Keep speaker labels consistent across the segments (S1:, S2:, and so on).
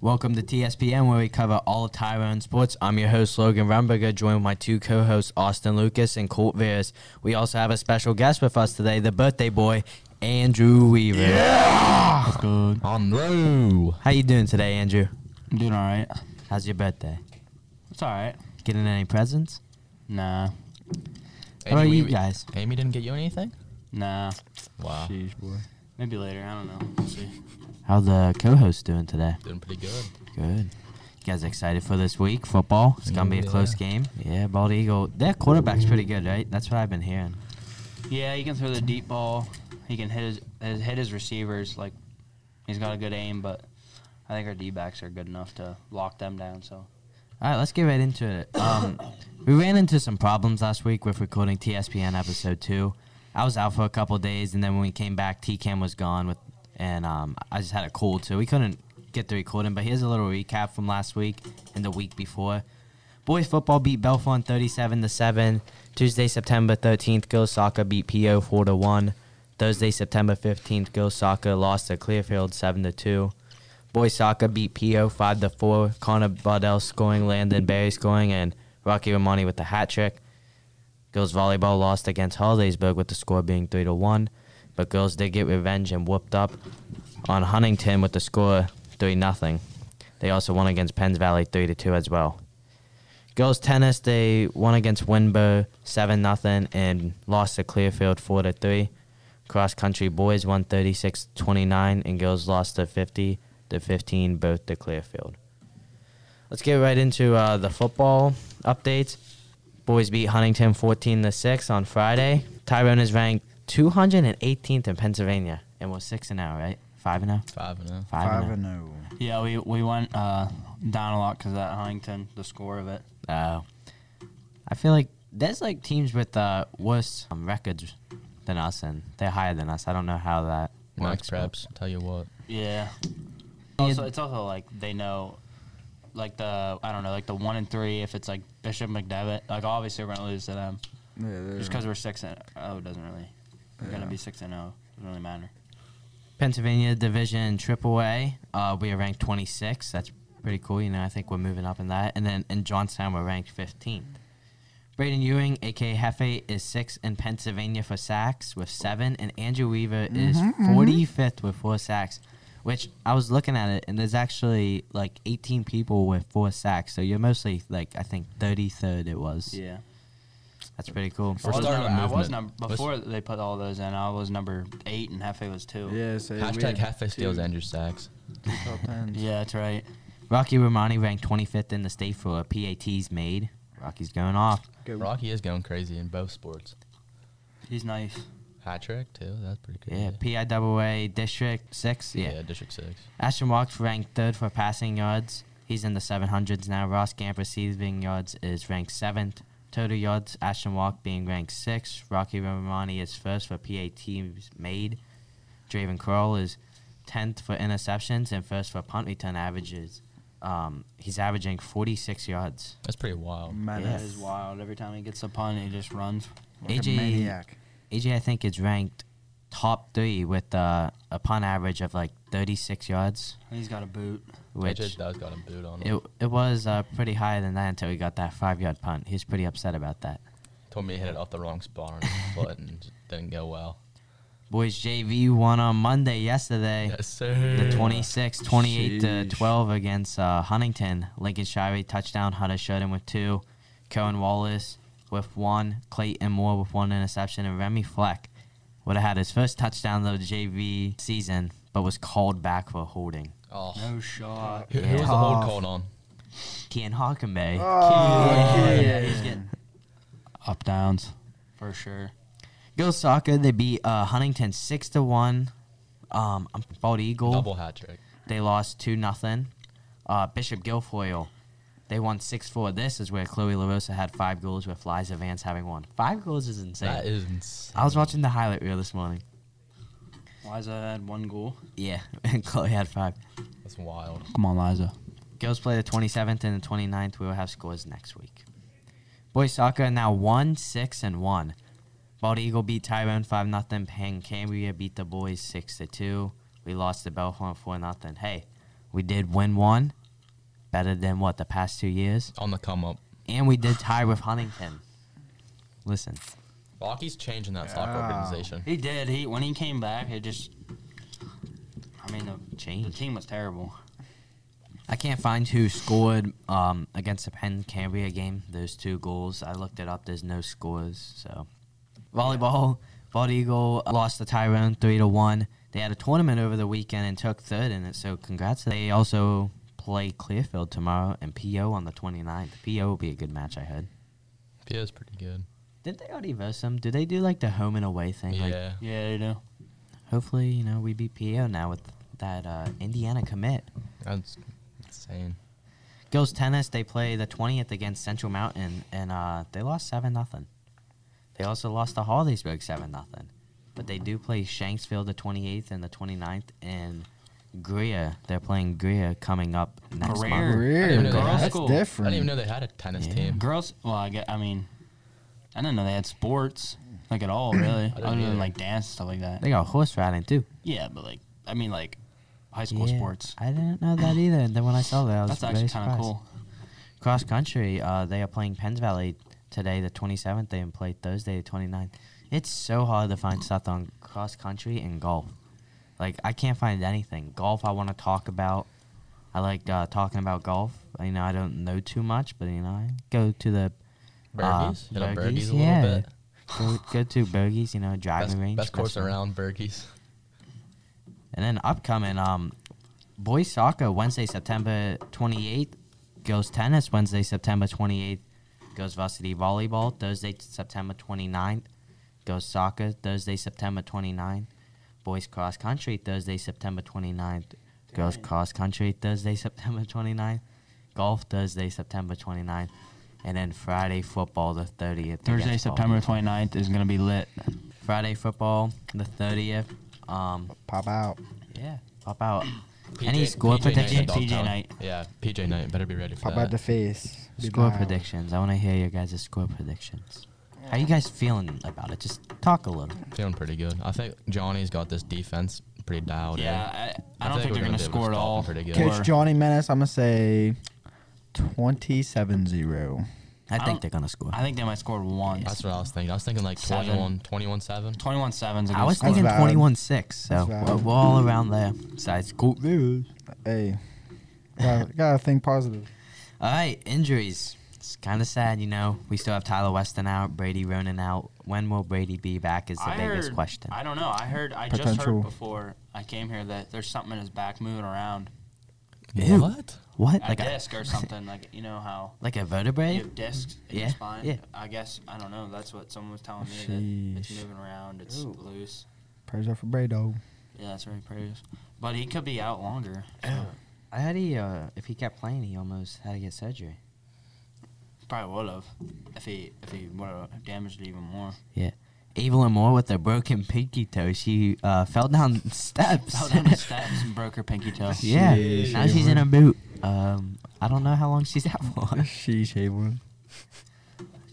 S1: Welcome to TSPN, where we cover all of Tyrone sports. I'm your host, Logan Rumberger, joined with my two co hosts, Austin Lucas and Colt Veers. We also have a special guest with us today, the birthday boy, Andrew Weaver.
S2: Yeah.
S3: Good. On row.
S1: How you doing today, Andrew?
S3: I'm doing all right.
S1: How's your birthday?
S3: It's all right.
S1: Getting any presents?
S3: Nah.
S1: How about you guys?
S2: Amy didn't get you anything?
S3: Nah.
S2: Wow.
S3: Sheesh, boy. Maybe later. I don't know. We'll see.
S1: How the co hosts doing today?
S2: Doing pretty good.
S1: Good. You guys excited for this week? Football? It's going to
S3: Mm,
S1: be a close
S2: Yeah.
S1: game. Yeah, Bald Eagle. Their quarterback's pretty good, right? That's what I've been hearing.
S3: Yeah, he can throw the deep ball. He can hit his, his hit his receivers. Like he's got a good aim, but I think our D backs are good enough to lock them down. So
S1: All right, let's get right into it. Um, we ran into some problems last week with recording TSPN episode two. I was out for a couple days, and then when we came back, T Cam was gone with, and um, I just had a cold, so we couldn't get the recording. But here's a little recap from last week and the week before. Boys football beat Belfont 37 to 7. Tuesday, September 13th, girls soccer beat PO 4 to 1. Thursday, September 15th, girls soccer lost to Clearfield 7 to 2. Boys soccer beat PO 5 to 4. Connor Bardell scoring, Landon Barry scoring, and Rocky Romani with the hat trick. Girls volleyball lost against Hollidaysburg with the score being 3 to 1. But girls did get revenge and whooped up on Huntington with the score 3 0. They also won against Penns Valley 3 to 2 as well. Girls tennis, they won against Winbo 7 0 and lost to Clearfield 4 to 3. Cross country boys won 36 29 and girls lost to 50 to 15, both to Clearfield. Let's get right into uh, the football updates. Boys beat Huntington 14 to 6 on Friday. Tyrone is ranked 218th in Pennsylvania and was 6 and 0, right? 5 and 0?
S2: Five and oh. a.
S1: 5 and
S4: Five
S1: oh?
S4: and zero.
S3: yeah, we we went uh, down a lot because that Huntington, the score of it.
S1: 0. Oh. I feel like there's like teams with uh, worse um, records than us and they're higher than us. I don't know how that works.
S2: Max
S1: but-
S2: preps. Tell you what.
S3: Yeah. Also, it's also like they know, like the I don't know, like the one and three. If it's like Bishop McDevitt, like obviously we're gonna lose to them
S4: Yeah, they're-
S3: just because we're six and oh, it doesn't really. We're gonna
S4: Yeah.
S3: be six and oh. Doesn't really matter.
S1: Pennsylvania Division Triple A. Uh, we are ranked 26. That's pretty cool. You know, I think we're moving up in that. And then in Johnstown, we're ranked 15th. Braden Ewing, aka Hefe, is sixth in Pennsylvania for sacks with seven, and Andrew Weaver is 45th with four sacks. Which I was looking at it, and there's actually like 18 people with four sacks. So you're mostly like I think 33rd. It was.
S3: Yeah.
S1: That's pretty cool.
S3: I was,
S2: starting
S3: number,
S2: a
S3: I was
S2: movement.
S3: number
S2: Let's-
S3: before they put all those in. I was number eight, and Hefe was two.
S4: Yeah, so we
S2: Hashtag
S4: had
S2: Hefe steals
S4: two-
S2: Andrew Sacks.
S4: two top tens.
S3: Yeah, that's right.
S1: Rocky Romani ranked 25th in the state for PATs made. Rocky's going off.
S4: Go.
S2: Rocky is going crazy in both sports.
S3: He's nice.
S2: Hat trick, too. That's pretty good.
S1: Yeah, PIAA District 6. Yeah.
S2: Yeah, District 6.
S1: Ashton Walks ranked third for passing yards. He's in the 700s now. Ross Gamp receiving yards is ranked seventh. Total yards, Ashton Walk being ranked sixth. Rocky Romani is first for PATs made. Draven Kroll is 10th for interceptions and first for punt return averages. Um, he's averaging 46 yards.
S2: That's pretty wild.
S4: Man,
S3: That
S1: Yes.
S3: is wild. Every time he gets a pun, he just runs.
S4: like
S1: AJ
S4: a maniac.
S1: AJ, E I think, is ranked top three with uh, a punt average of like 36 yards,
S3: And he's got a boot.
S1: which
S2: AJ does got a boot on him.
S1: it, it was uh, pretty higher than that until he got that five yard punt. He was pretty upset about that.
S2: Told me he hit it off the wrong spot on his foot and it didn't go well.
S1: Boys JV won on Monday yesterday.
S2: Yes, sir.
S1: Eh, The 26 28 to
S4: Sheesh.
S1: 12 against uh, Huntington. Lincoln Shirey touchdown. Hunter Shudden with two. Cohen Wallace with one. Clayton Moore with one interception. And Remy Fleck would have had his first touchdown of the JV season, but was called back for holding.
S2: Oh.
S3: No shot.
S2: Who, who was the hold called on?
S1: Kian Hockenbay.
S3: yeah,
S4: Ah. Oh,
S3: yeah, he's getting up downs for sure.
S1: Girls soccer, they beat uh, Huntington six to one. Um, Bald Eagle,
S2: Double hat trick.
S1: they lost two nothing. Uh, Bishop Guilfoyle, they won six four. This is where Chloe LaRosa had five goals with Liza Vance having one. Five goals is insane.
S2: That is insane.
S1: I was watching the highlight reel this morning.
S3: Liza had one goal.
S1: Yeah, and Chloe had five.
S2: That's wild.
S3: Come on, Liza.
S1: Girls play the 27th and the 29th. We will have scores next week. Boys soccer now 1 6 and 1. Bald Eagle beat Tyrone 5 0. Pan Cambria beat the boys 6 to 2. We lost to Belfont 4 0. Hey, We did win one, better than what the past two years,
S2: on the come up.
S1: and we did tie with Huntington. Listen,
S2: Rocky's changing that soccer
S3: Yeah.
S2: organization.
S3: He did. He when he came back, it just. I mean, the, the
S1: change.
S3: team was terrible.
S1: I can't find who scored um, against the Penn Cambria game. Those two goals. I looked it up. There's no scores. So, volleyball. Bald Eagle lost to Tyrone three to one. They had a tournament over the weekend and took third in it. So congrats. They also play Clearfield tomorrow and PO on the 29th. PO will be a good match. I heard.
S2: Pierre's pretty good.
S1: Didn't they already verse them? Do they do like the home and away thing? Like,
S2: Yeah.
S3: Yeah, they do.
S1: hopefully, you know, we beat PO now with that uh, Indiana commit.
S2: That's insane.
S1: Girls tennis, they play the twentieth against Central Mountain, and uh, they lost seven nothing. They also lost to Harleysburg seven nothing, but they do play Shanksville the twenty eighth and the 29th, and Greer. They're playing Greer coming up next month.
S3: Greer.
S2: I
S4: Weird.
S2: didn't know they
S3: Girls'
S2: had-
S4: That's
S3: school.
S2: I
S4: different.
S2: didn't even know they had a tennis
S1: Yeah.
S2: team.
S3: Girls. Well, I get. I mean, I didn't know they had sports like at all, really,
S2: didn't
S3: other than
S2: either.
S3: like dance and stuff like that.
S1: They got horse riding too.
S3: Yeah, but like, I mean, like high school
S1: Yeah,
S3: sports.
S1: I didn't know that either. And then when I saw that, I was
S3: That's actually
S1: kind
S3: kind of cool.
S1: Cross country, uh, they are playing Penns Valley today, the 27th. They and play Thursday, the 29th. It's so hard to find stuff on cross country and golf. Like, I can't find anything. Golf, I want to talk about. I like uh, talking about golf. You know, I don't know too much, but, you know, I go to the.
S2: Birdies? Hit up
S1: birdies,
S2: birdies a little
S1: yeah.
S2: bit.
S1: Go, go to bogeys, you know, driving
S2: Best,
S1: range.
S2: best course
S1: fun.
S2: around Berkey's.
S1: And then upcoming, um, boys soccer Wednesday, September 28th. Girls tennis Wednesday, September 28th. Girls varsity volleyball Thursday, September 29th. Girls soccer Thursday, September 29th. Boys cross country Thursday, September 29th. Girls cross country Thursday, September 29th. Golf Thursday, September 29th. And then Friday football the 30th.
S3: Thursday,
S1: against Baldwin.
S3: September 29th is gonna be lit.
S1: Friday football the 30th. Um,
S4: Pop out.
S1: yeah, pop out.
S2: PJ
S1: Any score
S2: PJ Knight's
S1: prediction?
S2: in Dogtown.
S3: PJ Knight.
S2: Yeah, PJ Knight. Better be ready for
S4: Pop
S2: that.
S4: out the face. Be
S1: Score
S4: loud.
S1: predictions. I want to hear your guys' score predictions. How you guys feeling about it? Just talk a little.
S2: Feeling pretty good. I think Johnny's got this defense pretty dialed in.
S3: Yeah, I, I
S2: I
S3: don't
S2: think
S3: think, they're
S2: we're gonna be
S3: gonna,
S2: able to
S3: score at
S2: stop
S3: all.
S2: them pretty good.
S3: or-
S4: Coach Johnny Menace, I'm going to say 27 0.
S1: I,
S3: I
S1: think
S3: don't-
S1: they're gonna score.
S3: I think they might score once.
S2: That's what I was thinking. I was thinking like
S3: Seven.
S2: 21, 21 7.
S3: 21 sevens.
S1: I was
S3: against-
S1: thinking
S4: valid.
S1: 21-6, so
S4: That's
S1: we're,
S4: valid.
S1: we're all around there. Sides cool.
S4: Hey, gotta, gotta think positive.
S1: All right, injuries. It's kind of sad, you know. We still have Tyler Weston out, Brady Ronan out. When will Brady be back is the
S3: I
S1: biggest
S3: heard-
S1: question.
S3: I don't know. I heard. I just
S4: Potential.
S3: heard before I came here that there's something in his back moving around,
S1: Ew.
S2: What?
S1: what?
S3: a
S1: Like a,
S3: disc or something. Like you know how
S1: like a
S3: you
S1: vertebrae?
S3: have discs in
S1: Yeah,
S3: your spine.
S1: yeah. Oh,
S3: I guess I don't know. That's what someone was telling me. That it's
S4: Sheesh.
S3: moving around. It's
S1: Ooh.
S3: loose.
S4: Prayers are for Brado.
S3: Yeah, that's very praise. But he could be out longer.
S1: I heard he, uh, if he kept playing, he almost had to get surgery.
S3: Probably would have if he if he would have damaged it even more.
S1: Evelyn Moore with a broken pinky toe. She uh, fell down steps.
S3: Fell down the steps Oh, and broke her pinky toe.
S1: Yeah.
S4: Sheesh,
S1: now she's in a
S4: Abram.
S1: boot. Um, I don't know how long she's out for.
S4: Sheesh, Abram.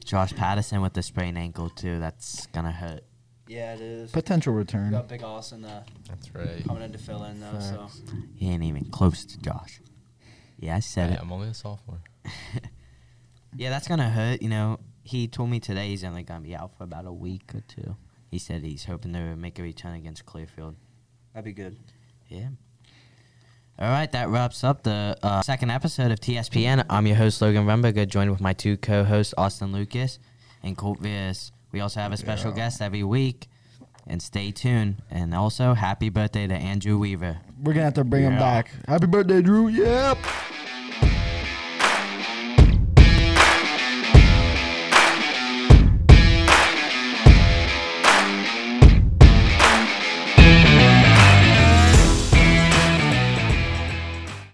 S1: Josh Patterson with a sprained ankle too. That's gonna hurt.
S3: Yeah, it is.
S4: Potential
S3: We
S4: return.
S3: got Big Austin uh,
S2: That's right.
S3: coming in to fill in though, so
S4: Facts.
S1: He ain't even close to Josh. Yeah, I said
S2: Hey,
S1: it.
S2: I'm only a sophomore.
S1: Yeah, that's gonna hurt. You know, he told me today he's only gonna be out for about a week or two. He said he's hoping to make a return against Clearfield.
S3: that'd be good.
S1: Yeah. All right, that wraps up the uh, second episode of TSPN. I'm your host Logan Rumberger, joined with my two co-hosts Austin Lucas and Colt Vias. We also have a special
S4: Yeah.
S1: guest every week, and stay tuned. And also, happy birthday to Andrew Weaver.
S4: We're gonna have to bring him
S1: Yeah.
S4: back. Happy birthday, Drew. Yep.